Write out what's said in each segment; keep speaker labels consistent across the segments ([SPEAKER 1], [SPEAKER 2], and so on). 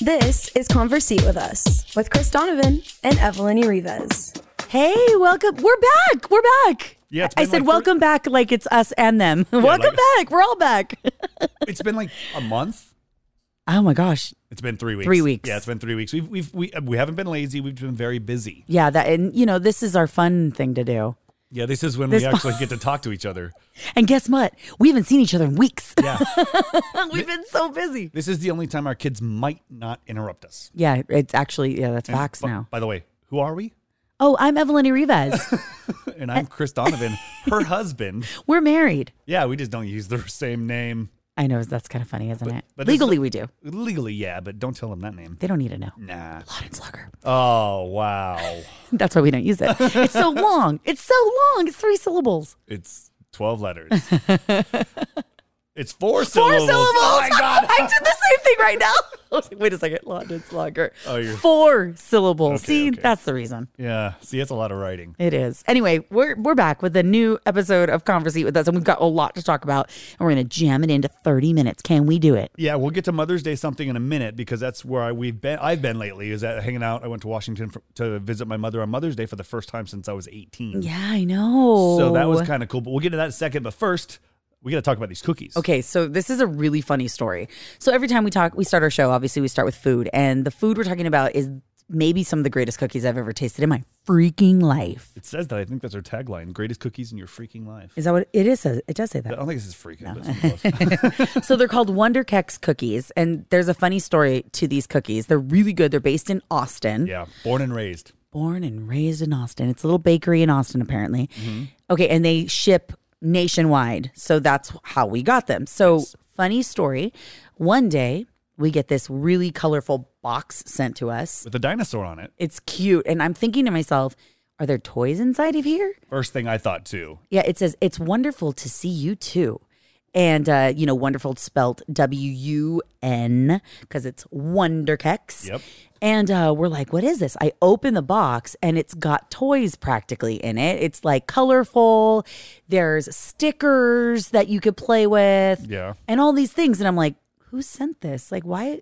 [SPEAKER 1] This is Conversate with Us with Chris Donovan and Evelyn Urives.
[SPEAKER 2] Hey, welcome. We're back. We're back.
[SPEAKER 3] Yeah, it's
[SPEAKER 2] I
[SPEAKER 3] been
[SPEAKER 2] said
[SPEAKER 3] like
[SPEAKER 2] welcome back like it's us and them. welcome
[SPEAKER 3] like-
[SPEAKER 2] back. We're all back.
[SPEAKER 3] It's been like a month.
[SPEAKER 2] oh my gosh.
[SPEAKER 3] It's been three weeks.
[SPEAKER 2] Three weeks.
[SPEAKER 3] Yeah, it's been three weeks. We've, we've we uh, we haven't been lazy. We've been very busy.
[SPEAKER 2] Yeah, that and you know, this is our fun thing to do.
[SPEAKER 3] Yeah, this is when
[SPEAKER 2] This-
[SPEAKER 3] we actually get to talk to each other.
[SPEAKER 2] And guess what? We haven't seen each other in weeks.
[SPEAKER 3] Yeah,
[SPEAKER 2] We've been so busy.
[SPEAKER 3] this is the only time our kids might not interrupt us.
[SPEAKER 2] Yeah, it's actually yeah, that's
[SPEAKER 3] And
[SPEAKER 2] facts
[SPEAKER 3] bu-
[SPEAKER 2] now.
[SPEAKER 3] By the way, who are we?
[SPEAKER 2] Oh, I'm Evelyn Rivas.
[SPEAKER 3] And I'm Chris Donovan, her husband.
[SPEAKER 2] We're married.
[SPEAKER 3] Yeah, we just don't use the same name
[SPEAKER 2] I know that's kind of funny, isn't it?
[SPEAKER 3] but this is-
[SPEAKER 2] Legally we do.
[SPEAKER 3] legally. Yeah, but don't tell him that name.
[SPEAKER 2] They don't need to know.
[SPEAKER 3] Nah.
[SPEAKER 2] Laudenslager.
[SPEAKER 3] Oh wow,
[SPEAKER 2] That's why we don't use it. It's so long. It's so long. It's three syllables.
[SPEAKER 3] it's twelve letters. It's four,
[SPEAKER 2] Four
[SPEAKER 3] syllables.
[SPEAKER 2] syllables.
[SPEAKER 3] Oh my god.
[SPEAKER 2] I did the same thing right now. I was like, Wait a second. Laudenslager.
[SPEAKER 3] Oh, you're-
[SPEAKER 2] Four syllables.
[SPEAKER 3] Okay,
[SPEAKER 2] See,
[SPEAKER 3] okay.
[SPEAKER 2] that's the reason.
[SPEAKER 3] yeah. See, it's a lot of writing.
[SPEAKER 2] It is. Anyway, we're we're back with a new episode of Conversate with us, and we've got a lot to talk about, and we're gonna jam it into thirty minutes. Can we do it?
[SPEAKER 3] Yeah, we'll get to Mother's Day something in a minute because that's where I, we've been. I've been lately is that hanging out. I went to Washington for, to visit my mother on Mother's Day for the first time since I was 18.
[SPEAKER 2] Yeah, Oh. I know.
[SPEAKER 3] So that was kind of cool. But we'll get to that in a second. But first, we got to talk about these cookies.
[SPEAKER 2] Okay, so this is a really funny story. So every time we talk, we start our show, obviously, we start with food. And the food we're talking about is maybe some of the greatest cookies I've ever tasted in my freaking life.
[SPEAKER 3] It says that. I think that's our tagline greatest cookies in your freaking life.
[SPEAKER 2] Is that what it is? It does say
[SPEAKER 3] I
[SPEAKER 2] that.
[SPEAKER 3] don't think this is freaking, but it's close.
[SPEAKER 2] so they're called Wonder Kex cookies. And there's a funny story to these cookies. They're really good. They're based in Austin.
[SPEAKER 3] yeah. Born and raised.
[SPEAKER 2] born and raised in Austin. It's a little bakery in Austin, apparently.
[SPEAKER 3] Mm-hmm.
[SPEAKER 2] Okay, and they ship nationwide. So that's how we got them. So, funny story. One day, we get this really colorful box sent to us.
[SPEAKER 3] With a dinosaur on it.
[SPEAKER 2] It's cute. And I'm thinking to myself, are there toys inside of here?
[SPEAKER 3] First thing I thought too.
[SPEAKER 2] Yeah, it says, it's wonderful to see you too. And, uh, you know, wonderful spelt W U N because it's Wonderkex.
[SPEAKER 3] Yep.
[SPEAKER 2] And uh, we're like, what is this? I open the box and it's got toys practically in it. It's like colorful. There's stickers that you could play with
[SPEAKER 3] Yeah.
[SPEAKER 2] and all these things. And I'm like, who sent this? Like, why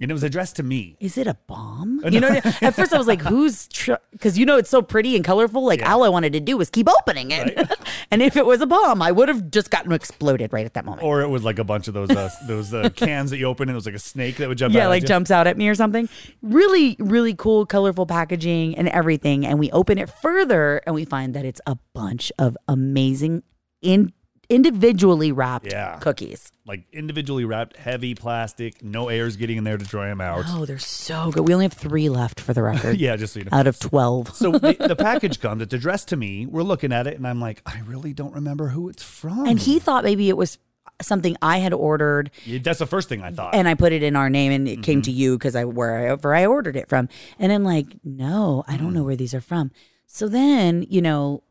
[SPEAKER 3] And it was addressed to me.
[SPEAKER 2] is it a bomb? You know, what I- at first I was like, who's because you know it's so pretty and colorful. Like, all I wanted to do was keep opening it. and if it was a bomb, I would have just gotten exploded right at that moment.
[SPEAKER 3] Or it was like a bunch of those uh, those uh, cans that you open and it was like a snake that would jump out
[SPEAKER 2] yeah,
[SPEAKER 3] at
[SPEAKER 2] like
[SPEAKER 3] you.
[SPEAKER 2] jumps out at me or something. Really, really cool, colorful packaging and everything. And we open it further and we find that it's a bunch of amazing, in, individually wrapped
[SPEAKER 3] Yeah.
[SPEAKER 2] cookies.
[SPEAKER 3] like individually wrapped, heavy plastic. No air's getting in there to dry them out.
[SPEAKER 2] Oh, they're so good. We only have three left for the record
[SPEAKER 3] Yeah, just so you know.
[SPEAKER 2] out of 12.
[SPEAKER 3] so the, the package comes. It's addressed to me. We're looking at it, and I'm like, I really don't remember who it's from.
[SPEAKER 2] And he thought maybe it was something I had ordered
[SPEAKER 3] Yeah, that's the first thing I thought. Mm-hmm.
[SPEAKER 2] and I put it in our name and it came to you because I wherever I ordered it from. And I'm like, no, I
[SPEAKER 3] Mm.
[SPEAKER 2] don't know where these are from. So then, you know,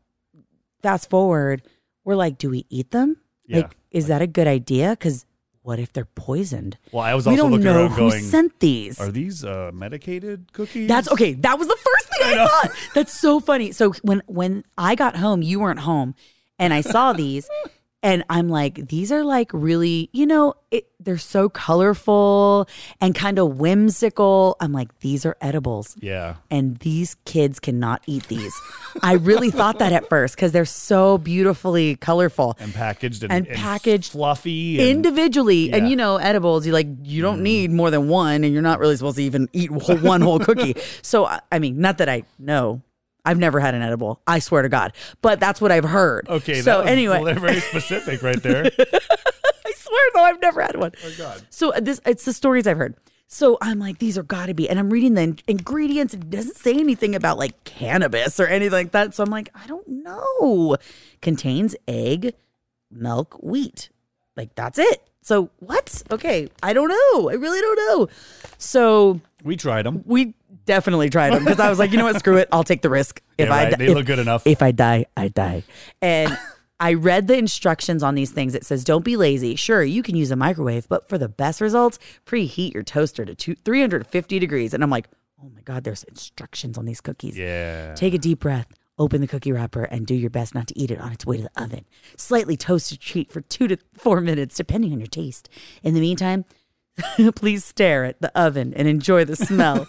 [SPEAKER 2] fast forward, we're like, do we eat them?
[SPEAKER 3] Yeah.
[SPEAKER 2] Like, is that a good idea? Because what if they're poisoned?
[SPEAKER 3] well, I was
[SPEAKER 2] we
[SPEAKER 3] also
[SPEAKER 2] don't
[SPEAKER 3] looking
[SPEAKER 2] know
[SPEAKER 3] around
[SPEAKER 2] who
[SPEAKER 3] going,
[SPEAKER 2] sent these.
[SPEAKER 3] are these uh, medicated cookies?
[SPEAKER 2] That's okay. That was the first thing I, thought. That's so funny. So when when I got home, you weren't home, and I saw these, And I'm like, these are like really, you know, it, they're so colorful and kind of whimsical. I'm like, these are edibles
[SPEAKER 3] Yeah.
[SPEAKER 2] and these kids cannot eat these. I really thought that at first because they're so beautifully colorful.
[SPEAKER 3] And packaged and,
[SPEAKER 2] And packaged
[SPEAKER 3] fluffy. And,
[SPEAKER 2] Individually, and
[SPEAKER 3] Yeah. Mm-hmm.
[SPEAKER 2] you know, edibles, you like you don't need more than one, and you're not really supposed to even eat whole, one whole cookie. So, I- I mean, not that I know, I've never had an edible. I swear to God, but that's what I've heard.
[SPEAKER 3] okay.
[SPEAKER 2] So
[SPEAKER 3] that was
[SPEAKER 2] anyway,
[SPEAKER 3] very specific right there.
[SPEAKER 2] I swear though, I've never had one.
[SPEAKER 3] God.
[SPEAKER 2] So uh, this it's the stories I've heard. So I'm like, these are gotta be. And I'm reading the in- ingredients. It doesn't say anything about like cannabis or anything like that. So I'm like, I don't know. Contains egg, milk, wheat. Like that's it. So what? Okay. I don't know. I really don't know. So
[SPEAKER 3] We tried them.
[SPEAKER 2] we definitely tried them because I was like, you know what? Screw it. I'll take the risk. If
[SPEAKER 3] Yeah,
[SPEAKER 2] I
[SPEAKER 3] right.
[SPEAKER 2] di-
[SPEAKER 3] They
[SPEAKER 2] if-
[SPEAKER 3] look good enough.
[SPEAKER 2] If I die, I die. And I read the instructions on these things. It says, don't be lazy. Sure, you can use a microwave, but for the best results, preheat your toaster to two, 350 degrees. And I'm like, oh my God, there's instructions on these cookies.
[SPEAKER 3] Yeah.
[SPEAKER 2] Take a deep breath, open the cookie wrapper, and do your best not to eat it on its way to the oven. Slightly toast your treat for two to four minutes, depending on your taste. In the meantime, please stare at the oven and enjoy the smell.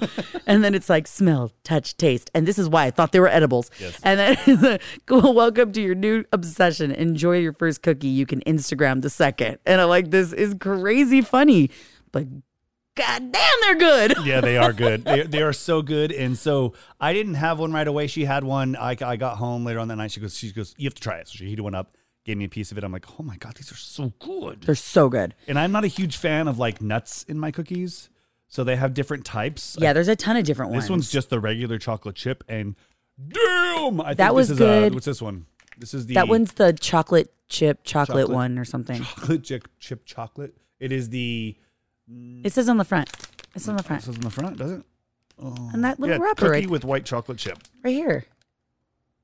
[SPEAKER 2] and then it's like smell, touch, taste. And this is why I thought they were edibles. And then go, welcome to your new obsession. Enjoy your first cookie. You can Instagram the second. And I'm like, this is crazy funny, but god damn, they're good.
[SPEAKER 3] Yeah, they are good. They, they are so good. And so I didn't have one right away. She had one. I, I got home later on that night. She goes, she goes, you have to try it. So she heated one up, gave me a piece of it. I'm like, oh my god, these are so good.
[SPEAKER 2] They're so good.
[SPEAKER 3] And I'm not a huge fan of like nuts in my cookies, so they have different types.
[SPEAKER 2] Yeah, there's a ton of different ones.
[SPEAKER 3] this one's just the regular chocolate chip. And damn, I think
[SPEAKER 2] That was
[SPEAKER 3] this is
[SPEAKER 2] good.
[SPEAKER 3] A, what's this one? This is the
[SPEAKER 2] That one's the chocolate chip chocolate,
[SPEAKER 3] Chocolate.
[SPEAKER 2] one or something.
[SPEAKER 3] chocolate chip, chip chocolate. It is the Mm-hmm.
[SPEAKER 2] It says on the front. It says on the
[SPEAKER 3] this
[SPEAKER 2] front.
[SPEAKER 3] is in the front, does it?
[SPEAKER 2] And that little
[SPEAKER 3] yeah,
[SPEAKER 2] wrapper
[SPEAKER 3] cookie
[SPEAKER 2] right,
[SPEAKER 3] with white chocolate chip.
[SPEAKER 2] right here.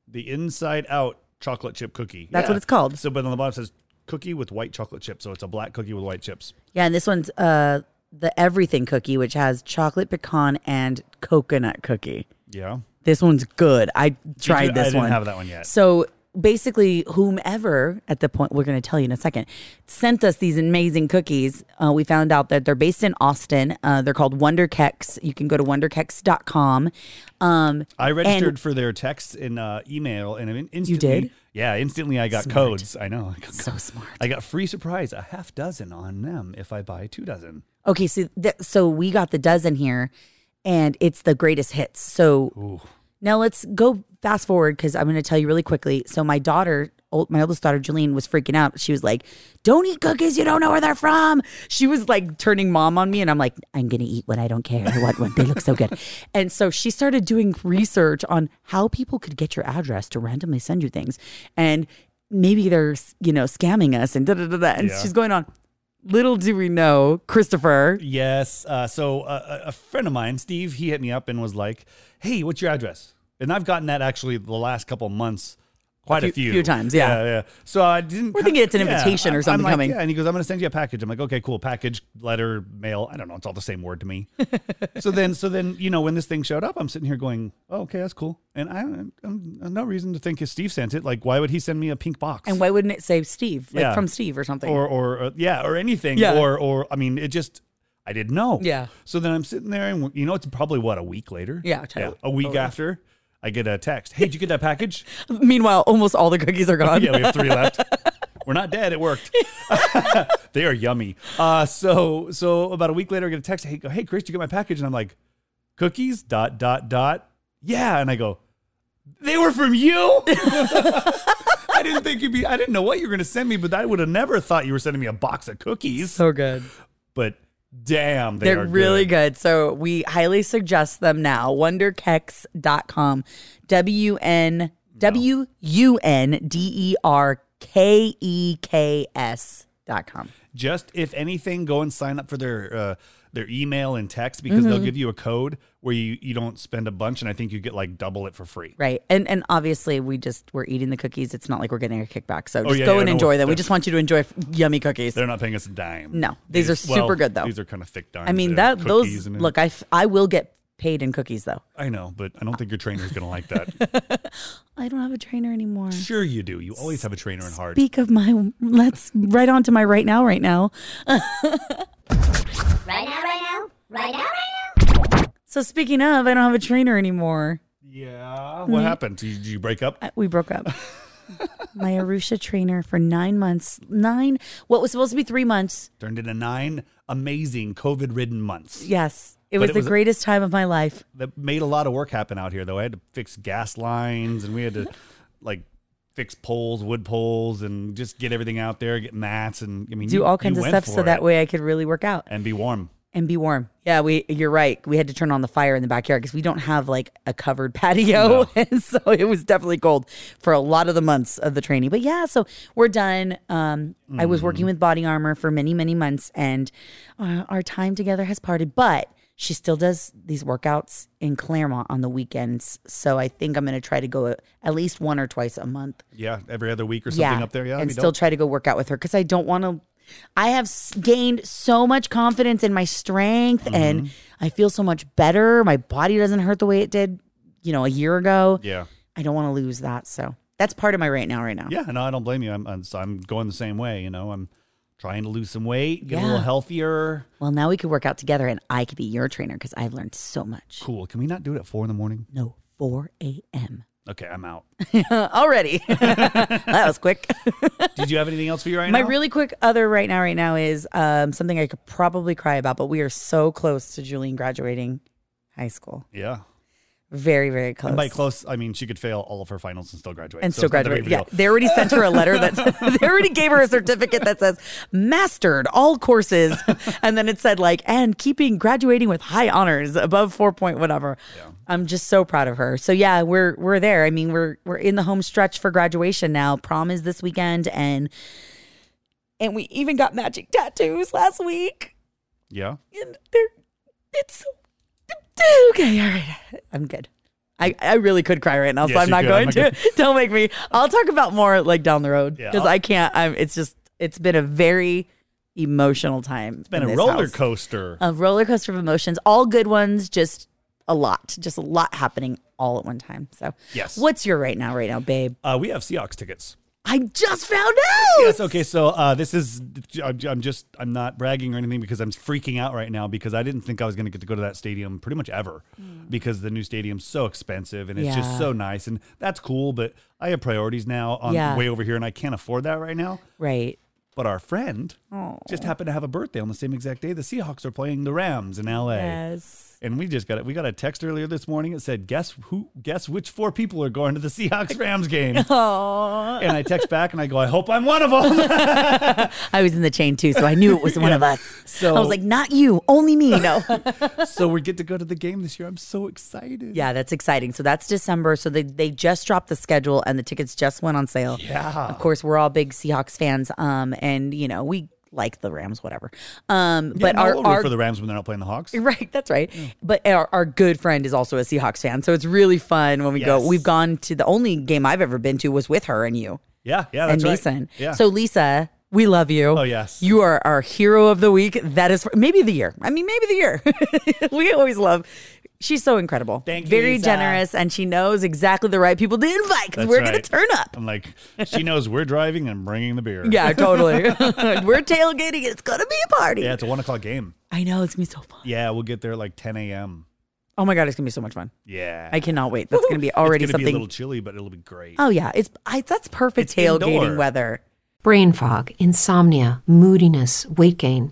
[SPEAKER 3] the inside out chocolate chip cookie.
[SPEAKER 2] That's what it's called.
[SPEAKER 3] So, but on the bottom it says cookie with white chocolate chip. So it's a black cookie with white chips.
[SPEAKER 2] Yeah, and this one's uh the everything cookie, which has chocolate pecan and coconut cookie.
[SPEAKER 3] Yeah.
[SPEAKER 2] This one's good. I tried
[SPEAKER 3] I
[SPEAKER 2] this
[SPEAKER 3] didn't
[SPEAKER 2] one.
[SPEAKER 3] have that one yet.
[SPEAKER 2] So basically, whomever at the point we're going to tell you in a second sent us these amazing cookies. Uh, we found out that they're based in Austin. Uh, they're called Wonder Kex. You can go to wonderkex.com. Um,
[SPEAKER 3] I registered for their text and uh, email, and I mean, instantly,
[SPEAKER 2] did?
[SPEAKER 3] Yeah, instantly I got
[SPEAKER 2] Smart.
[SPEAKER 3] codes. I know. I got,
[SPEAKER 2] so smart.
[SPEAKER 3] I got free surprise, a half dozen on them if I buy two dozen.
[SPEAKER 2] Okay, so th- so we got the dozen here, and it's the greatest hits. So now let's go fast forward because I'm going to tell you really quickly. So my daughter, old, my oldest daughter, Jolene, was freaking out. She was like, "Don't eat cookies. You don't know where they're from." She was like turning mom on me, and I'm like, "I'm going to eat one. I don't care. I want one. They look so good." and so she started doing research on how people could get your address to randomly send you things, and maybe they're you know scamming us and da da da da. And
[SPEAKER 3] Yeah.
[SPEAKER 2] she's going on. Little do we know, Christopher,
[SPEAKER 3] Yes. Uh, so uh, a a friend of mine, Steve, he hit me up and was like, "Hey, what's your address?" And I've gotten that actually the last couple months, quite a
[SPEAKER 2] few-
[SPEAKER 3] few,
[SPEAKER 2] few times, yeah.
[SPEAKER 3] yeah, yeah. So I didn't.
[SPEAKER 2] We're thinking it's an invitation or
[SPEAKER 3] I- I'm
[SPEAKER 2] something
[SPEAKER 3] like,
[SPEAKER 2] coming.
[SPEAKER 3] Yeah, and he goes, "I'm going to send you a package." I'm like, "Okay, cool. Package, letter, mail. I don't know. It's all the same word to me." so then, so then, you know, when this thing showed up, I'm sitting here going, oh, "Okay, that's cool." And I, I'm, i no reason to think if Steve sent it, like, why would he send me a pink box?
[SPEAKER 2] And why wouldn't it say Steve? Like
[SPEAKER 3] Yeah.
[SPEAKER 2] from Steve or something.
[SPEAKER 3] or or uh, yeah or anything
[SPEAKER 2] Yeah.
[SPEAKER 3] or or I mean it just I didn't know
[SPEAKER 2] Yeah.
[SPEAKER 3] so then I'm sitting there and you know it's probably what a week later
[SPEAKER 2] Yeah, totally.
[SPEAKER 3] a week after I get a text hey did you get that package
[SPEAKER 2] Meanwhile, almost all the cookies are gone.
[SPEAKER 3] Oh, yeah we have three left we're not dead it worked they are yummy uh so so about a week later I get a text hey go hey Chris did you get my package and I'm like cookies dot dot dot yeah and I go they were from you. I didn't think you'd be. I didn't know what you were going to send me, but I would have never thought you were sending me a box of cookies.
[SPEAKER 2] So good.
[SPEAKER 3] but damn, they
[SPEAKER 2] They're
[SPEAKER 3] are
[SPEAKER 2] really good. So we highly suggest them now. Wonderkex.com. W N W U N D E R K E K S dot com.
[SPEAKER 3] Just if anything, go and sign up for their uh, their email and text because
[SPEAKER 2] Mm-hmm.
[SPEAKER 3] they'll give you a code where you you don't spend a bunch, and I think you get like double it for free.
[SPEAKER 2] Right. And and obviously we just we're eating the cookies. It's not like we're getting a kickback. So just
[SPEAKER 3] Oh, yeah,
[SPEAKER 2] go
[SPEAKER 3] yeah,
[SPEAKER 2] and
[SPEAKER 3] no,
[SPEAKER 2] enjoy them. We
[SPEAKER 3] they're-
[SPEAKER 2] just want you to enjoy f- yummy cookies.
[SPEAKER 3] They're not paying us a dime.
[SPEAKER 2] No, these are super good, though.
[SPEAKER 3] These are kind of thick dimes.
[SPEAKER 2] I mean
[SPEAKER 3] They're
[SPEAKER 2] that those
[SPEAKER 3] cookies and-
[SPEAKER 2] look I f- I will get paid in cookies though.
[SPEAKER 3] I know, but I don't think your trainer's going to like that.
[SPEAKER 2] I don't have a trainer anymore.
[SPEAKER 3] sure, you do. You always have a trainer in heart.
[SPEAKER 2] Speak of my let's right on to my right now, right now.
[SPEAKER 4] Right now, right now, right now, right now.
[SPEAKER 2] So speaking of, I don't have a trainer anymore.
[SPEAKER 3] Yeah. What happened? Did you, did you break up?
[SPEAKER 2] Mm-hmm. I- We broke up. my Arusha trainer for nine months. Nine what was supposed to be three months.
[SPEAKER 3] Turned into nine amazing COVID ridden months.
[SPEAKER 2] Yes. It
[SPEAKER 3] But
[SPEAKER 2] was
[SPEAKER 3] it
[SPEAKER 2] the
[SPEAKER 3] was-
[SPEAKER 2] greatest time of my life.
[SPEAKER 3] That made a lot of work happen out here, though. I had to fix gas lines and we had to like fix poles, wood poles, and just get everything out there, get mats. And I mean,
[SPEAKER 2] Do
[SPEAKER 3] you-
[SPEAKER 2] all
[SPEAKER 3] you
[SPEAKER 2] kinds of
[SPEAKER 3] went
[SPEAKER 2] stuff so
[SPEAKER 3] for
[SPEAKER 2] that
[SPEAKER 3] it.
[SPEAKER 2] way I could really work out.
[SPEAKER 3] And be warm.
[SPEAKER 2] and be warm. Yeah, we you're right. We had to turn on the fire in the backyard because we don't have like a covered patio, and so it was definitely cold for a lot of the months of the training. But yeah, so we're done. Um, I was working with Body Armor for many many months, and uh, our time together has parted. But she still does these workouts in Claremont on the weekends, so I think I'm going to try to go at least one or twice a month
[SPEAKER 3] Yeah. Every other week or something up there. Yeah.
[SPEAKER 2] and
[SPEAKER 3] that'd be
[SPEAKER 2] still
[SPEAKER 3] dope.
[SPEAKER 2] try to go work out with her because I don't want to. I have s- gained so much confidence in my strength, and
[SPEAKER 3] Mm-hmm.
[SPEAKER 2] I feel so much better. My body doesn't hurt the way it did, you know, a year ago.
[SPEAKER 3] yeah.
[SPEAKER 2] I don't want to lose that, so that's part of my right now. Right now,
[SPEAKER 3] Yeah, no, I don't blame you. I'm I'm, so I'm going the same way. You know, I'm trying to lose some weight, get a
[SPEAKER 2] Yeah.
[SPEAKER 3] little healthier.
[SPEAKER 2] Well, now we could work out together, and I could be your trainer because I've learned so much.
[SPEAKER 3] Cool. Can we not do it at four in the morning?
[SPEAKER 2] No, four a.m.
[SPEAKER 3] Okay, I'm out.
[SPEAKER 2] already. that was quick.
[SPEAKER 3] Did you have anything else for you right
[SPEAKER 2] My
[SPEAKER 3] now?
[SPEAKER 2] really quick other right now, right now is um, something I could probably cry about, but we are so close to Julian graduating high school.
[SPEAKER 3] yeah.
[SPEAKER 2] Very, very close.
[SPEAKER 3] And by close, I mean she could fail all of her finals and still graduate.
[SPEAKER 2] And
[SPEAKER 3] so
[SPEAKER 2] still
[SPEAKER 3] it's not that
[SPEAKER 2] graduate.
[SPEAKER 3] big
[SPEAKER 2] Yeah.
[SPEAKER 3] of a deal.
[SPEAKER 2] They already sent her a letter that they already gave her a certificate that says mastered all courses. and then it said like, and keeping graduating with high honors above four point whatever. I'm just so proud of her. So yeah, we're we're there. I mean, we're we're in the home stretch for graduation now. Prom is this weekend and and we even got magic tattoos last week.
[SPEAKER 3] Yeah.
[SPEAKER 2] And they're it's so okay, all right. I'm good. I, I really could cry right now, so
[SPEAKER 3] Yes,
[SPEAKER 2] I'm
[SPEAKER 3] you
[SPEAKER 2] not
[SPEAKER 3] could.
[SPEAKER 2] going
[SPEAKER 3] I'm
[SPEAKER 2] to.
[SPEAKER 3] not
[SPEAKER 2] Don't make me. I'll talk about more like down the road
[SPEAKER 3] Yeah,
[SPEAKER 2] because
[SPEAKER 3] I'll-
[SPEAKER 2] I can't. I'm. It's just. It's been a very emotional time. It's
[SPEAKER 3] Been a roller coaster.
[SPEAKER 2] A roller coaster of emotions. All good ones. Just a lot. Just a lot happening all at one time. So
[SPEAKER 3] Yes.
[SPEAKER 2] What's your right now? Right now, babe.
[SPEAKER 3] Uh, we have Seahawks tickets.
[SPEAKER 2] I just found out.
[SPEAKER 3] Yes. Okay. So uh, this is. I'm I'm just. I'm not bragging or anything because I'm freaking out right now because I didn't think I was going to get to go to that stadium pretty much ever because the new stadium's so expensive and it's
[SPEAKER 2] Mm. Yeah.
[SPEAKER 3] just so nice and that's cool. But I have priorities now on
[SPEAKER 2] Yeah.
[SPEAKER 3] way over here and I can't afford that right now.
[SPEAKER 2] Right.
[SPEAKER 3] But our friend just happened to have a birthday on the same exact day. The Seahawks are playing the Rams in L.A.
[SPEAKER 2] Yes.
[SPEAKER 3] And we just got it. We got a text earlier this morning. It said, "Guess who? Guess which four people are going to the Seahawks Rams game." And I text back and I go, "I hope I'm one of them."
[SPEAKER 2] I was in the chain too, so I knew it was one of us.
[SPEAKER 3] So
[SPEAKER 2] I was like, not you, only me. No.
[SPEAKER 3] so we get to go to the game this year. I'm so excited.
[SPEAKER 2] Yeah, that's exciting. So that's December. So they, they just dropped the schedule and the tickets just went on sale.
[SPEAKER 3] Yeah.
[SPEAKER 2] Of course, we're all big Seahawks fans. Um, and you know, we like the Rams, whatever. Um,
[SPEAKER 3] Yeah,
[SPEAKER 2] but
[SPEAKER 3] no,
[SPEAKER 2] our,
[SPEAKER 3] we'll root
[SPEAKER 2] our
[SPEAKER 3] for the Rams when they're not playing the Hawks.
[SPEAKER 2] Right, that's right. But our, our good friend is also a Seahawks fan, so it's really fun when we go.
[SPEAKER 3] Yes.
[SPEAKER 2] We've gone to the only game I've ever been to was with her and you
[SPEAKER 3] Yeah, yeah,
[SPEAKER 2] and
[SPEAKER 3] Oh, that's right.
[SPEAKER 2] Mason.
[SPEAKER 3] Yeah.
[SPEAKER 2] So Lisa, we love you.
[SPEAKER 3] Oh, yes.
[SPEAKER 2] you are our hero of the week. That is for, maybe the year. I mean, maybe the year. we always love. She's so incredible.
[SPEAKER 3] Thank you,
[SPEAKER 2] Very
[SPEAKER 3] Lisa.
[SPEAKER 2] generous, and she knows exactly the right people to invite because
[SPEAKER 3] That's
[SPEAKER 2] we're going
[SPEAKER 3] right.
[SPEAKER 2] to turn up.
[SPEAKER 3] I'm like, she knows we're driving and bringing the beer.
[SPEAKER 2] Yeah, totally. we're tailgating. It's going to be a party.
[SPEAKER 3] yeah, it's a one o'clock game.
[SPEAKER 2] I know it's going to be so fun.
[SPEAKER 3] Yeah, we'll get there like 10 a.m.
[SPEAKER 2] Oh my god, it's going to be so much fun.
[SPEAKER 3] Yeah,
[SPEAKER 2] I cannot wait. That's going to be already
[SPEAKER 3] it's gonna Be a
[SPEAKER 2] something.
[SPEAKER 3] little chilly, but it'll be great.
[SPEAKER 2] oh yeah, it's I, that's perfect
[SPEAKER 3] It's
[SPEAKER 2] tailgating
[SPEAKER 3] indoor.
[SPEAKER 2] weather.
[SPEAKER 5] Brain fog, insomnia, moodiness, weight gain.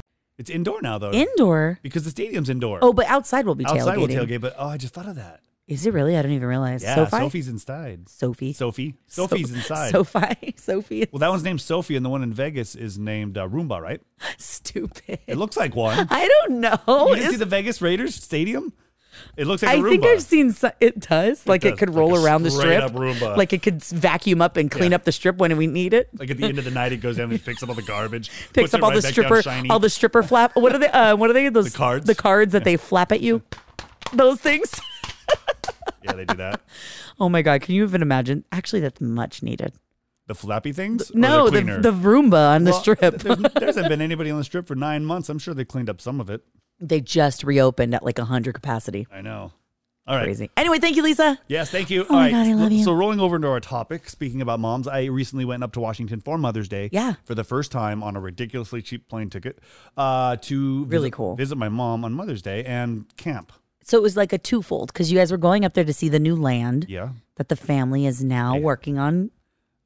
[SPEAKER 3] It's indoor now though,
[SPEAKER 2] Indoor.
[SPEAKER 3] because the stadium's indoor.
[SPEAKER 2] Oh, but outside will be
[SPEAKER 3] outside
[SPEAKER 2] tailgating.
[SPEAKER 3] will tailgate. But oh, I just thought of that.
[SPEAKER 2] Is it really? I don't even realize.
[SPEAKER 3] Yeah,
[SPEAKER 2] SoFi?
[SPEAKER 3] Sophie's inside.
[SPEAKER 2] Sophie.
[SPEAKER 3] Sophie. Sophie's
[SPEAKER 2] So-
[SPEAKER 3] inside.
[SPEAKER 2] Sophie. Sophie.
[SPEAKER 3] Well, that one's named Sophie, and the one in Vegas is named uh, Roomba, right?
[SPEAKER 2] Stupid.
[SPEAKER 3] It looks like one.
[SPEAKER 2] I don't know.
[SPEAKER 3] you didn't see
[SPEAKER 2] It's-
[SPEAKER 3] the Vegas Raiders stadium? It looks like
[SPEAKER 2] Oh,
[SPEAKER 3] a
[SPEAKER 2] I
[SPEAKER 3] Roomba.
[SPEAKER 2] think I've seen so- it does. Like it,
[SPEAKER 3] does,
[SPEAKER 2] could
[SPEAKER 3] like
[SPEAKER 2] roll
[SPEAKER 3] a
[SPEAKER 2] around the
[SPEAKER 3] straight
[SPEAKER 2] strip.
[SPEAKER 3] up Roomba.
[SPEAKER 2] Like it could s- vacuum up and clean
[SPEAKER 3] Yeah.
[SPEAKER 2] up the strip when we need it.
[SPEAKER 3] like at the end of the night, it goes down and picks up all the garbage,
[SPEAKER 2] Picks
[SPEAKER 3] puts
[SPEAKER 2] up
[SPEAKER 3] it
[SPEAKER 2] all
[SPEAKER 3] right
[SPEAKER 2] the
[SPEAKER 3] back down
[SPEAKER 2] stripper
[SPEAKER 3] shiny.
[SPEAKER 2] all the stripper flap. What are they uh, what are they those
[SPEAKER 3] cards?
[SPEAKER 2] The cards that they flap at you? Those things.
[SPEAKER 3] yeah, they do that.
[SPEAKER 2] Oh my god, can you even imagine? Actually that's much needed.
[SPEAKER 3] The flappy things. Or
[SPEAKER 2] No, the,
[SPEAKER 3] cleaner?
[SPEAKER 2] the Roomba on the
[SPEAKER 3] Well,
[SPEAKER 2] strip.
[SPEAKER 3] There's, there hasn't been anybody on the strip for nine months. I'm sure they cleaned up some of it.
[SPEAKER 2] they just reopened at like 100 capacity.
[SPEAKER 3] I know. All right.
[SPEAKER 2] Crazy. Anyway, thank you, Lisa.
[SPEAKER 3] Yes, thank you.
[SPEAKER 2] Oh
[SPEAKER 3] All
[SPEAKER 2] my
[SPEAKER 3] right.
[SPEAKER 2] God, I love
[SPEAKER 3] so,
[SPEAKER 2] you.
[SPEAKER 3] so rolling over into our topic, speaking about moms, I recently went up to Washington for Mother's Day.
[SPEAKER 2] Yeah.
[SPEAKER 3] For the first time on a ridiculously cheap plane ticket uh, to
[SPEAKER 2] Really
[SPEAKER 3] visit,
[SPEAKER 2] cool.
[SPEAKER 3] visit my mom on Mother's Day and camp.
[SPEAKER 2] So it was like a twofold because you guys were going up there to see the new land
[SPEAKER 3] Yeah.
[SPEAKER 2] that the family is now working on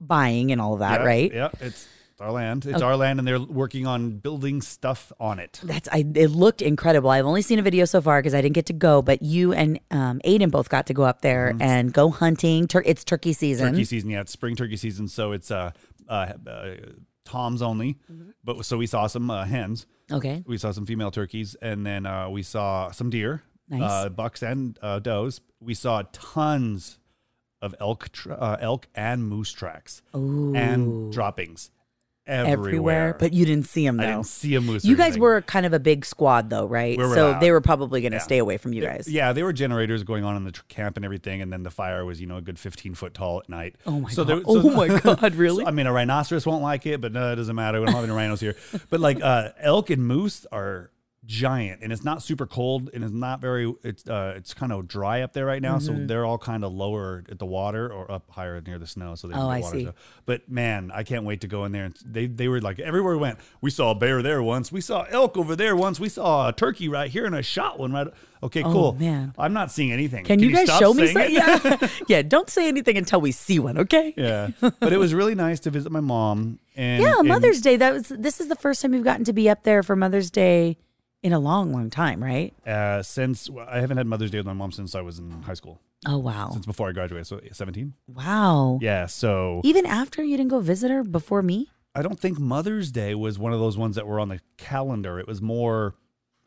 [SPEAKER 2] buying and all of that,
[SPEAKER 3] Yeah,
[SPEAKER 2] right?
[SPEAKER 3] Yeah. It's our land. It's our land, and they're working on building stuff on it.
[SPEAKER 2] That's I. It looked incredible. I've only seen a video so far because I didn't get to go, but you and um, Aiden both got to go up there and go hunting. Tur- it's turkey season.
[SPEAKER 3] Mm-hmm. turkey season. Yeah, it's spring turkey season, so it's uh, uh, uh toms only.
[SPEAKER 2] Mm-hmm.
[SPEAKER 3] But so we saw some uh, hens,
[SPEAKER 2] Okay.
[SPEAKER 3] we saw some female turkeys, and then uh, we saw some deer,
[SPEAKER 2] Nice.
[SPEAKER 3] uh, bucks and uh, does. We saw tons of elk, tr uh, elk and moose tracks, and droppings everywhere.
[SPEAKER 2] but you didn't see them
[SPEAKER 3] I
[SPEAKER 2] though.
[SPEAKER 3] didn't see a moose. or
[SPEAKER 2] You guys
[SPEAKER 3] anything.
[SPEAKER 2] were kind of a big squad though, right?
[SPEAKER 3] We were
[SPEAKER 2] so
[SPEAKER 3] loud.
[SPEAKER 2] they were probably going to
[SPEAKER 3] Yeah.
[SPEAKER 2] stay away from you
[SPEAKER 3] There-
[SPEAKER 2] guys.
[SPEAKER 3] Yeah, there were generators going on in the tr- camp and everything, and then the fire was, you know, a good fifteen foot tall at night.
[SPEAKER 2] Oh my
[SPEAKER 3] so
[SPEAKER 2] God.
[SPEAKER 3] There, so-
[SPEAKER 2] Oh my God, really?
[SPEAKER 3] so, I mean, a rhinoceros won't like it, but no, it doesn't matter. We don't have any rhinos here. But like uh, elk and moose are giant, and it's not super cold, and it's not very. It's uh, it's kind of dry up there right now,
[SPEAKER 2] Mm-hmm.
[SPEAKER 3] so they're all kind of lower at the water or up higher near the snow. So they
[SPEAKER 2] Oh,
[SPEAKER 3] the
[SPEAKER 2] I
[SPEAKER 3] water.
[SPEAKER 2] see.
[SPEAKER 3] So- But man, I can't wait to go in there. And they they were like everywhere we went. We saw a bear there once. We saw elk over there once. We saw a turkey right here, and I shot one right. Okay,
[SPEAKER 2] Oh,
[SPEAKER 3] cool.
[SPEAKER 2] man.
[SPEAKER 3] I'm not seeing anything.
[SPEAKER 2] Can, you, guys
[SPEAKER 3] stop
[SPEAKER 2] show me
[SPEAKER 3] saying it?
[SPEAKER 2] something? Yeah. yeah. Don't say anything until we see one, okay?
[SPEAKER 3] Yeah, but it was really nice to visit my mom. And
[SPEAKER 2] Yeah,
[SPEAKER 3] and-
[SPEAKER 2] Mother's Day. That was this is the first time you've gotten to be up there for Mother's Day in a long, long time, right?
[SPEAKER 3] uh, since well, I haven't had Mother's Day with my mom since I was in high school,
[SPEAKER 2] Oh wow.
[SPEAKER 3] since before I graduated, so 17.
[SPEAKER 2] Wow.
[SPEAKER 3] Yeah, so
[SPEAKER 2] Even after you didn't go visit her before me?
[SPEAKER 3] I don't think Mother's Day was one of those ones that were on the calendar. It was more.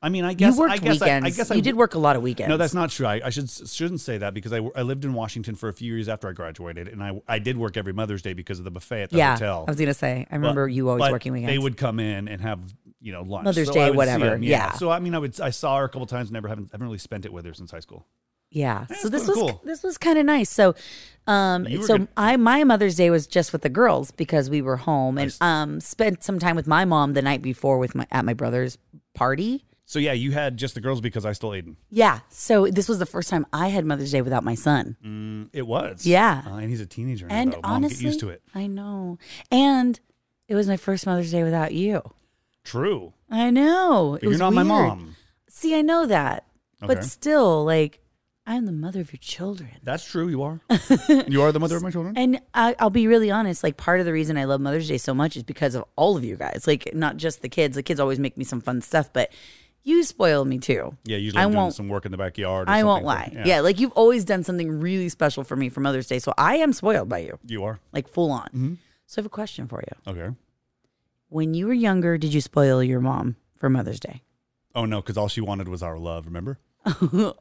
[SPEAKER 3] I mean, I
[SPEAKER 2] You
[SPEAKER 3] guess
[SPEAKER 2] worked
[SPEAKER 3] I guess I,
[SPEAKER 2] weekends.
[SPEAKER 3] I guess I
[SPEAKER 2] you did work a lot of weekends.
[SPEAKER 3] No, that's not true. I, I should shouldn't say that because I, I lived in Washington for a few years after I graduated, and I I did work every Mother's Day because of the buffet at the
[SPEAKER 2] yeah.
[SPEAKER 3] hotel.
[SPEAKER 2] I was gonna say. I remember
[SPEAKER 3] But-
[SPEAKER 2] you always
[SPEAKER 3] but
[SPEAKER 2] working weekends.
[SPEAKER 3] They would come in and have you know lunch
[SPEAKER 2] Mother's
[SPEAKER 3] So I
[SPEAKER 2] Day,
[SPEAKER 3] would see
[SPEAKER 2] whatever.
[SPEAKER 3] 'em,
[SPEAKER 2] Yeah.
[SPEAKER 3] So I mean, I would I saw her a couple times. Never haven't haven't really spent it with her since high school.
[SPEAKER 2] Yeah.
[SPEAKER 3] Yeah,
[SPEAKER 2] so
[SPEAKER 3] it's
[SPEAKER 2] this was
[SPEAKER 3] kinda cool.
[SPEAKER 2] this was kind of nice. So um
[SPEAKER 3] You were
[SPEAKER 2] so
[SPEAKER 3] good.
[SPEAKER 2] I my Mother's Day was just with the girls because we were home and
[SPEAKER 3] Nice.
[SPEAKER 2] um spent some time with my mom the night before with my at my brother's party.
[SPEAKER 3] So yeah, you had just the girls because I stole Aiden.
[SPEAKER 2] Yeah. So this was the first time I had Mother's Day without my son.
[SPEAKER 3] It was.
[SPEAKER 2] Yeah.
[SPEAKER 3] Uh, and he's a teenager. now,
[SPEAKER 2] and
[SPEAKER 3] though. Mom,
[SPEAKER 2] honestly,
[SPEAKER 3] get used to it.
[SPEAKER 2] I know. And it was my first Mother's Day without you.
[SPEAKER 3] True.
[SPEAKER 2] I know.
[SPEAKER 3] But
[SPEAKER 2] it
[SPEAKER 3] you're
[SPEAKER 2] was
[SPEAKER 3] not my
[SPEAKER 2] weird.
[SPEAKER 3] mom.
[SPEAKER 2] See, I know that. But
[SPEAKER 3] Okay.
[SPEAKER 2] still, like, I'm the mother of your children.
[SPEAKER 3] That's true. You are. you are the mother of my children.
[SPEAKER 2] And I, I'll be really honest. Like part of the reason I love Mother's Day so much is because of all of you guys. Like not just the kids. The kids always make me some fun stuff, but you spoiled me too.
[SPEAKER 3] yeah. Usually
[SPEAKER 2] I
[SPEAKER 3] I'm doing
[SPEAKER 2] won't.
[SPEAKER 3] some work in the backyard. Or
[SPEAKER 2] I won't lie.
[SPEAKER 3] something, but-
[SPEAKER 2] Yeah. like you've always done something really special for me for Mother's Day, so I am spoiled by you,
[SPEAKER 3] You are. Mm-hmm.
[SPEAKER 2] like full on.
[SPEAKER 3] Mm.
[SPEAKER 2] So I have a question for you.
[SPEAKER 3] Okay.
[SPEAKER 2] When you were younger, did you spoil your mom for Mother's Day?
[SPEAKER 3] Oh no, because all she wanted was our love. Remember?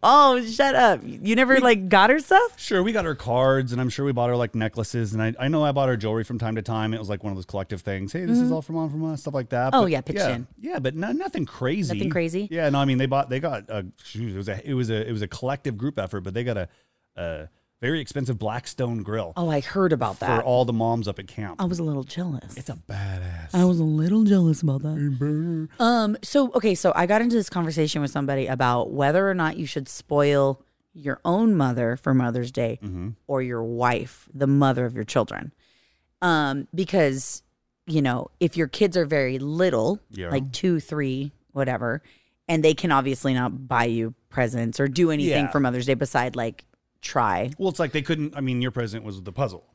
[SPEAKER 2] oh, shut up! You never like got her stuff.
[SPEAKER 3] Sure, we got her cards, and I'm sure we bought her like necklaces, and I, I know I bought her jewelry from time to time. It was like one of those collective things. Hey, this is all from on from us, stuff like that.
[SPEAKER 2] Mm-hmm. Oh,
[SPEAKER 3] But
[SPEAKER 2] yeah, pitched
[SPEAKER 3] yeah,
[SPEAKER 2] in.
[SPEAKER 3] Yeah, but no, nothing crazy.
[SPEAKER 2] Nothing crazy?
[SPEAKER 3] Yeah, no, I mean they bought they got uh, shoot, it was a it was a it was a collective group effort, but they got a, a very expensive Blackstone grill
[SPEAKER 2] Oh, I heard about
[SPEAKER 3] for
[SPEAKER 2] that. Oh,
[SPEAKER 3] all the moms up at camp.
[SPEAKER 2] I was a little jealous.
[SPEAKER 3] it's a badass.
[SPEAKER 2] I was a little jealous about that. Um. So okay. So I got into this conversation with somebody about whether or not you should spoil your own mother for Mother's Day
[SPEAKER 3] Mm-hmm.
[SPEAKER 2] or your wife, the mother of your children, um, because you know if your kids are very little,
[SPEAKER 3] Yeah.
[SPEAKER 2] like two, three, whatever, and they can obviously not buy you presents or do anything
[SPEAKER 3] Yeah.
[SPEAKER 2] for Mother's Day beside like try
[SPEAKER 3] well, it's like they couldn't. I mean, your present was the puzzle.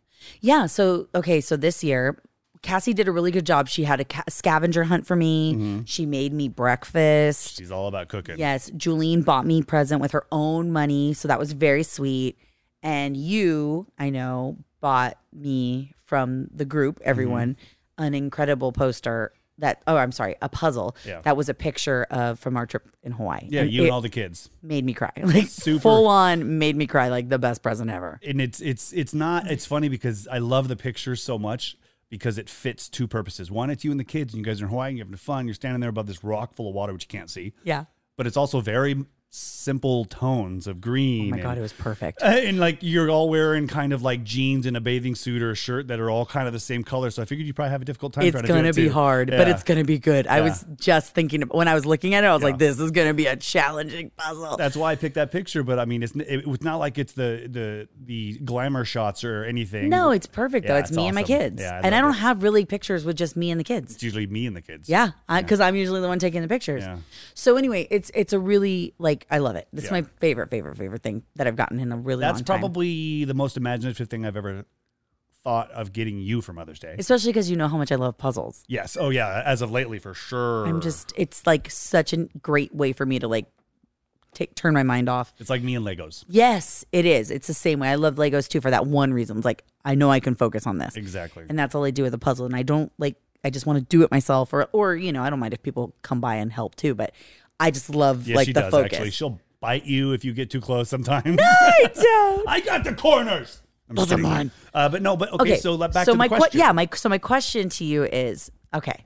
[SPEAKER 2] yeah. So, okay. So this year, Cassie did a really good job. She had a ca- scavenger hunt for me.
[SPEAKER 3] Mm-hmm.
[SPEAKER 2] She made me breakfast.
[SPEAKER 3] She's all about cooking.
[SPEAKER 2] Yes. Julene bought me present with her own money. So that was very sweet. And you, I
[SPEAKER 3] Mm-hmm.
[SPEAKER 2] know, bought me from the group, everyone, an incredible poster that oh I'm sorry, a puzzle
[SPEAKER 3] Yeah.
[SPEAKER 2] that was a picture of from our trip in Hawaii.
[SPEAKER 3] Yeah,
[SPEAKER 2] and
[SPEAKER 3] you
[SPEAKER 2] it
[SPEAKER 3] and all the kids.
[SPEAKER 2] made me cry. Like
[SPEAKER 3] Super.
[SPEAKER 2] full on made me cry like the best present ever.
[SPEAKER 3] and it's it's it's not it's funny because I love the picture so much because it fits two purposes. One, it's you and the kids, and you guys are in Hawaii, and you're having fun. You're standing there above this rock full of water, which you can't see.
[SPEAKER 2] Yeah.
[SPEAKER 3] But it's also very simple tones of
[SPEAKER 2] Oh
[SPEAKER 3] green.
[SPEAKER 2] my god,
[SPEAKER 3] and,
[SPEAKER 2] it was perfect.
[SPEAKER 3] and like you're all wearing kind of like jeans and a bathing suit or a shirt that are all kind of the same color. So I figured you probably have a difficult time.
[SPEAKER 2] It's
[SPEAKER 3] trying
[SPEAKER 2] gonna
[SPEAKER 3] to do it
[SPEAKER 2] be
[SPEAKER 3] too.
[SPEAKER 2] hard, but
[SPEAKER 3] Yeah.
[SPEAKER 2] it's gonna be good. I was just thinking when I was looking at it, I was
[SPEAKER 3] Yeah.
[SPEAKER 2] like, "This is gonna be a challenging puzzle."
[SPEAKER 3] That's why I picked that picture. But I mean, it's it was not like it's the the the glamour shots or anything.
[SPEAKER 2] no, it's perfect though.
[SPEAKER 3] Yeah,
[SPEAKER 2] it's,
[SPEAKER 3] it's
[SPEAKER 2] me and my
[SPEAKER 3] awesome.
[SPEAKER 2] kids,
[SPEAKER 3] Yeah, I
[SPEAKER 2] and I
[SPEAKER 3] love
[SPEAKER 2] don't
[SPEAKER 3] it.
[SPEAKER 2] have really pictures with just me and the kids.
[SPEAKER 3] It's usually me and the kids.
[SPEAKER 2] Yeah, because I'm usually the one taking the pictures.
[SPEAKER 3] Yeah.
[SPEAKER 2] So anyway, it's it's a really like I love it. This
[SPEAKER 3] Yeah.
[SPEAKER 2] is my favorite, favorite, favorite thing that I've gotten in a really
[SPEAKER 3] That's
[SPEAKER 2] long time.
[SPEAKER 3] probably the most imaginative thing I've ever thought of getting you for Mother's Day.
[SPEAKER 2] especially because you know how much I love puzzles.
[SPEAKER 3] yes. Oh yeah. As of lately, for sure.
[SPEAKER 2] I'm just it's like such a great way for me to like take turn my mind off.
[SPEAKER 3] It's like me and Legos.
[SPEAKER 2] Yes, it is. It's the same way. I love Legos too for that one reason. It's like I know I can focus on this,
[SPEAKER 3] Exactly.
[SPEAKER 2] and that's all I do with a puzzle. And I don't like I just want to do it myself, or or you know I don't mind if people come by and help too, but I just love
[SPEAKER 3] yeah,
[SPEAKER 2] like
[SPEAKER 3] she
[SPEAKER 2] the
[SPEAKER 3] does
[SPEAKER 2] focus.
[SPEAKER 3] actually. She'll bite you if you get too close sometimes.
[SPEAKER 2] I don't.
[SPEAKER 3] I got the corners. I'm just
[SPEAKER 2] Those are
[SPEAKER 3] kidding.
[SPEAKER 2] mine.
[SPEAKER 3] Uh, but no. But okay. So let back to
[SPEAKER 2] my
[SPEAKER 3] the
[SPEAKER 2] que-
[SPEAKER 3] question.
[SPEAKER 2] yeah, my so my question to you is okay.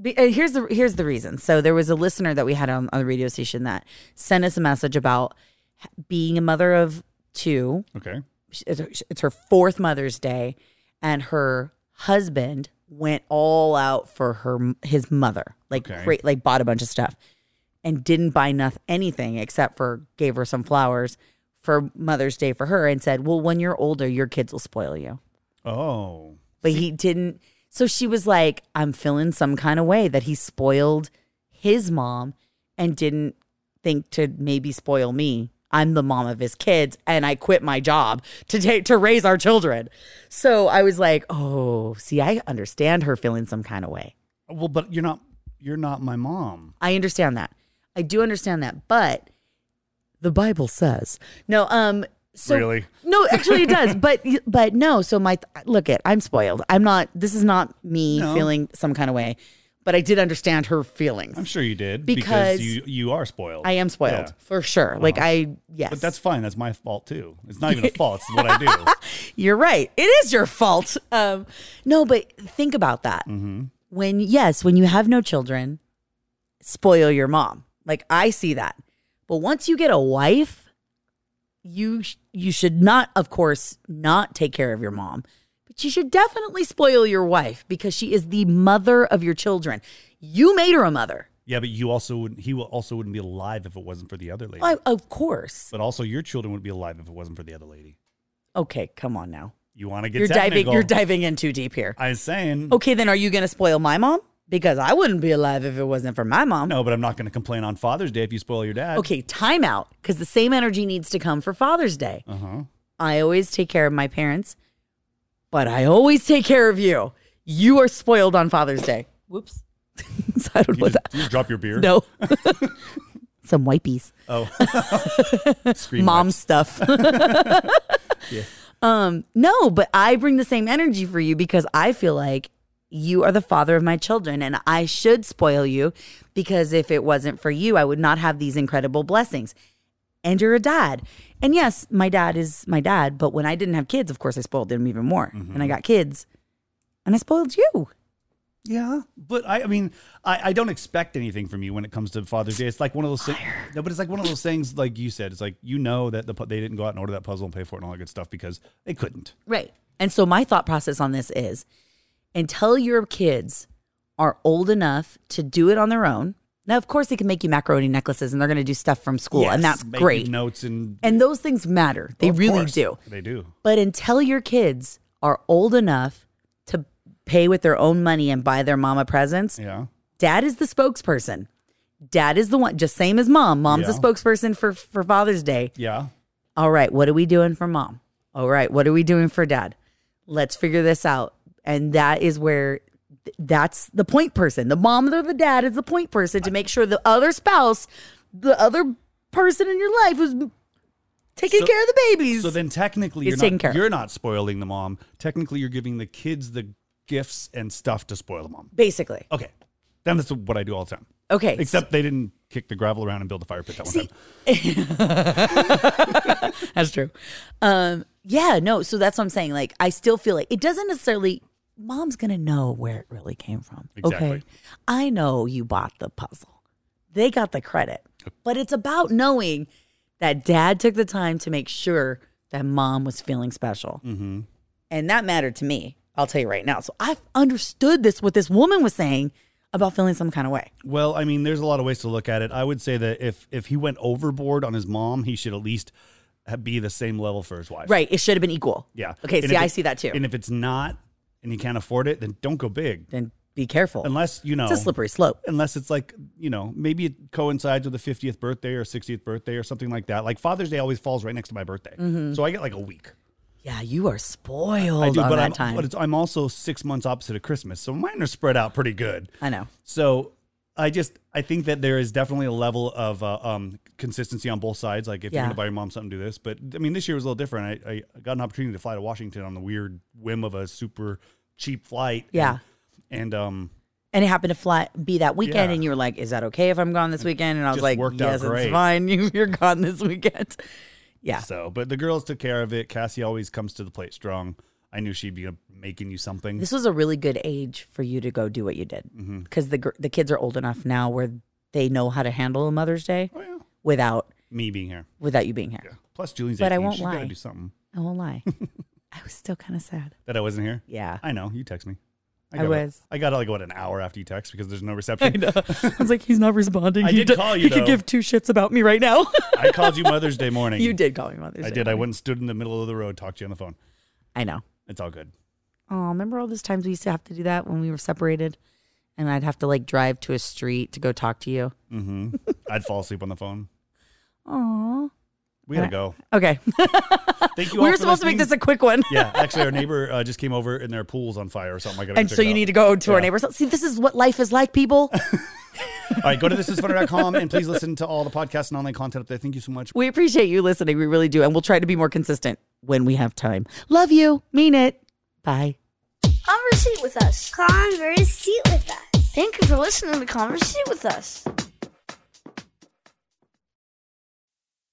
[SPEAKER 2] Be- uh, Here's the here's the reason. So there was a listener that we had on, on the radio station that sent us a message about h- being a mother of two.
[SPEAKER 3] Okay.
[SPEAKER 2] She- It's her, it's her fourth Mother's Day, and her husband went all out for her m- his mother. Like
[SPEAKER 3] Okay.
[SPEAKER 2] great, like bought a bunch of stuff, and didn't buy nothing anything except for gave her some flowers for Mother's Day for her, and said, "Well, when you're older, your kids will spoil you."
[SPEAKER 3] Oh.
[SPEAKER 2] but he didn't. So she was like, I'm feeling some kind of way that he spoiled his mom and didn't think to maybe spoil me. I'm the mom of his kids and I quit my job to take to raise our children. So I was like, oh, see, I understand her feeling some kind of way.
[SPEAKER 3] Well, but you're not. You're not my mom.
[SPEAKER 2] I understand that. I do understand that, but the Bible says no. Um, so
[SPEAKER 3] Really?
[SPEAKER 2] no, actually it does, but but no. So my look at I'm spoiled. I'm not. This is not me
[SPEAKER 3] No.
[SPEAKER 2] feeling some kind of way, but I did understand her feelings.
[SPEAKER 3] I'm sure you did
[SPEAKER 2] Because-
[SPEAKER 3] you you are spoiled.
[SPEAKER 2] I am spoiled
[SPEAKER 3] Yeah.
[SPEAKER 2] for sure. Like I yes,
[SPEAKER 3] But that's fine. That's my fault too. It's not even a fault. It's what I do.
[SPEAKER 2] You're right. It is your fault. Um, no, but think about that. When yes, when you have no children, spoil your mom. Like I see that. But once you get a wife, you sh- you should not, of course, not take care of your mom, but you should definitely spoil your wife because she is the mother of your children. You made her a mother,
[SPEAKER 3] Yeah, but you also wouldn't. He will also wouldn't be alive if it wasn't for the other lady.
[SPEAKER 2] I, of course.
[SPEAKER 3] but also, your children wouldn't be alive if it wasn't for the other lady.
[SPEAKER 2] Okay, come on now.
[SPEAKER 3] You want to get
[SPEAKER 2] You're diving.
[SPEAKER 3] technical?
[SPEAKER 2] You're diving in too deep here.
[SPEAKER 3] I'm saying
[SPEAKER 2] Okay, then are you going to spoil my mom? Because I wouldn't be alive if it wasn't for my mom.
[SPEAKER 3] no, but I'm not going to complain on Father's Day if you spoil your dad.
[SPEAKER 2] Okay, time out because the same energy needs to come for Father's Day.
[SPEAKER 3] Uh huh.
[SPEAKER 2] I always take care of my parents, but I always take care of you. You are spoiled on Father's Day. Whoops. so I don't know
[SPEAKER 3] You,
[SPEAKER 2] what
[SPEAKER 3] just,
[SPEAKER 2] that.
[SPEAKER 3] you just drop your beer.
[SPEAKER 2] No. Some wipies.
[SPEAKER 3] Oh. Scream
[SPEAKER 2] mom
[SPEAKER 3] wipes.
[SPEAKER 2] stuff. Um, no, but I bring the same energy for you because I feel like you are the father of my children and I should spoil you because if it wasn't for you, I would not have these incredible blessings. And you're a dad. And yes, my dad is my dad, but when I didn't have kids, of course I spoiled him even more. And I got kids and I spoiled you.
[SPEAKER 3] Yeah, but I, I mean, I, I don't expect anything from you when it comes to Father's Day. It's like one of those things. No, but it's like one of those things, like you said. It's like you know that the pu- they didn't go out and order that puzzle and pay for it and all that good stuff because they couldn't.
[SPEAKER 2] Right. And so my thought process on this is until your kids are old enough to do it on their own. Now, of course, they can make you macaroni necklaces and they're going to do stuff from school, and
[SPEAKER 3] Yes,
[SPEAKER 2] that's
[SPEAKER 3] make
[SPEAKER 2] great.
[SPEAKER 3] Notes and
[SPEAKER 2] and those things matter. They
[SPEAKER 3] Of
[SPEAKER 2] really
[SPEAKER 3] course,
[SPEAKER 2] do.
[SPEAKER 3] They do.
[SPEAKER 2] But until your kids are old enough to pay with their own money and buy their mama presents,
[SPEAKER 3] Yeah.
[SPEAKER 2] dad is the spokesperson. Dad is the one, just same as mom. Mom's the
[SPEAKER 3] Yeah.
[SPEAKER 2] spokesperson for, for Father's Day.
[SPEAKER 3] Yeah.
[SPEAKER 2] All right, what are we doing for mom? All right, what are we doing for dad? Let's figure this out. And that is where th- that's the point person. The mom or the dad is the point person to make sure the other spouse, the other person in your life who's taking
[SPEAKER 3] So-
[SPEAKER 2] care of the babies.
[SPEAKER 3] So then technically
[SPEAKER 2] He's
[SPEAKER 3] you're
[SPEAKER 2] taken
[SPEAKER 3] not,
[SPEAKER 2] care of.
[SPEAKER 3] you're not spoiling the mom. Technically you're giving the kids the gifts and stuff to spoil the mom.
[SPEAKER 2] Basically.
[SPEAKER 3] Okay. Then that's what I do all the time.
[SPEAKER 2] Okay.
[SPEAKER 3] Except they didn't kick the gravel around and build a fire pit that one time.
[SPEAKER 2] That's true. Um, yeah, no, so that's what I'm saying. Like, I still feel like it doesn't necessarily, mom's going to know where it really came from.
[SPEAKER 3] Exactly.
[SPEAKER 2] Okay. I know you bought the puzzle, they got the credit, but it's about knowing that dad took the time to make sure that mom was feeling special.
[SPEAKER 3] Mm-hmm.
[SPEAKER 2] And that mattered to me. I'll tell you right now. So I've understood this, what this woman was saying about feeling some kind of way.
[SPEAKER 3] Well, I mean, there's a lot of ways to look at it. I would say that if if he went overboard on his mom, he should at least ha- be the same level for his wife.
[SPEAKER 2] Right. It should have been equal.
[SPEAKER 3] Yeah.
[SPEAKER 2] Okay.
[SPEAKER 3] And
[SPEAKER 2] see,
[SPEAKER 3] if
[SPEAKER 2] I
[SPEAKER 3] it-
[SPEAKER 2] see that too.
[SPEAKER 3] And if it's not, and he can't afford it, then don't go big.
[SPEAKER 2] then be careful.
[SPEAKER 3] Unless you know,
[SPEAKER 2] it's a slippery slope.
[SPEAKER 3] unless it's like you know, maybe it coincides with the 50th birthday or 60th birthday or something like that. Like Father's Day always falls right next to my birthday, so I get like a week.
[SPEAKER 2] Yeah, you are spoiled
[SPEAKER 3] I do,
[SPEAKER 2] Mm-hmm. on
[SPEAKER 3] but
[SPEAKER 2] that
[SPEAKER 3] I'm
[SPEAKER 2] time.
[SPEAKER 3] but it's, I'm also six months opposite of Christmas, so mine are spread out pretty good.
[SPEAKER 2] I know.
[SPEAKER 3] So I just I think that there is definitely a level of uh, um, consistency on both sides. Like if you're
[SPEAKER 2] Yeah.
[SPEAKER 3] going to buy your mom something, do this. But I mean, this year was a little different. I, I got an opportunity to fly to Washington on the weird whim of a super cheap flight.
[SPEAKER 2] Yeah.
[SPEAKER 3] and, and, um,
[SPEAKER 2] And it happened to fly be that weekend,
[SPEAKER 3] Yeah.
[SPEAKER 2] and you were like, "Is that okay if I'm gone this weekend?" And I was
[SPEAKER 3] just
[SPEAKER 2] like,
[SPEAKER 3] worked out
[SPEAKER 2] "Yes, it's
[SPEAKER 3] great.
[SPEAKER 2] fine. You- You're gone this weekend." Yeah,
[SPEAKER 3] so but the girls took care of it. Cassie always comes to the plate strong. I knew she'd be uh, making you something.
[SPEAKER 2] this was a really good age for you to go do what you did
[SPEAKER 3] Mm-hmm.
[SPEAKER 2] because the gr- the kids are old enough now where they know how to handle a Mother's Day
[SPEAKER 3] oh yeah,
[SPEAKER 2] without
[SPEAKER 3] me being here.
[SPEAKER 2] without you being here.
[SPEAKER 3] Yeah. Plus Julie's.
[SPEAKER 2] But I
[SPEAKER 3] 18.
[SPEAKER 2] won't
[SPEAKER 3] She's gotta
[SPEAKER 2] lie.
[SPEAKER 3] do something
[SPEAKER 2] I won't lie, I was still kind of sad.
[SPEAKER 3] that I wasn't here.
[SPEAKER 2] Yeah,
[SPEAKER 3] I know. You text me.
[SPEAKER 2] I
[SPEAKER 3] got a-
[SPEAKER 2] was.
[SPEAKER 3] I got like what an hour after you text because there's no reception.
[SPEAKER 2] I was like, "He's not responding."
[SPEAKER 3] I
[SPEAKER 2] He
[SPEAKER 3] did
[SPEAKER 2] do-
[SPEAKER 3] call you,
[SPEAKER 2] He
[SPEAKER 3] though.
[SPEAKER 2] could give two shits about me right now.
[SPEAKER 3] I called you Mother's Day morning.
[SPEAKER 2] you did call me Mother's
[SPEAKER 3] I
[SPEAKER 2] Day.
[SPEAKER 3] did. I
[SPEAKER 2] morning.
[SPEAKER 3] went and stood in the middle of the road, talked to you on the phone.
[SPEAKER 2] I know.
[SPEAKER 3] It's all good.
[SPEAKER 2] Oh, remember all those times we used to have to do that when we were separated? And I'd have to like drive to a street to go talk to you.
[SPEAKER 3] hmm I'd fall asleep on the phone.
[SPEAKER 2] Aw.
[SPEAKER 3] We gotta go.
[SPEAKER 2] Okay.
[SPEAKER 3] Thank
[SPEAKER 2] Uh, we
[SPEAKER 3] you. all
[SPEAKER 2] were
[SPEAKER 3] for
[SPEAKER 2] supposed to make
[SPEAKER 3] listening.
[SPEAKER 2] this a quick one.
[SPEAKER 3] yeah, actually, our neighbor uh, just came over and their pool's on fire or something. I gotta go
[SPEAKER 2] And
[SPEAKER 3] check
[SPEAKER 2] so
[SPEAKER 3] it
[SPEAKER 2] you
[SPEAKER 3] out.
[SPEAKER 2] need to go to our
[SPEAKER 3] Yeah.
[SPEAKER 2] neighbors. See, this is what life is like, people.
[SPEAKER 3] All right, go to thisisfunner.com and please listen to all the podcasts and online content up there. Thank you so much.
[SPEAKER 2] we appreciate you listening. We really do. And we'll try to be more consistent when we have time. Love you. Mean it. Bye.
[SPEAKER 4] Conversate with us. Conversate with us. Thank you for listening to Conversate with us.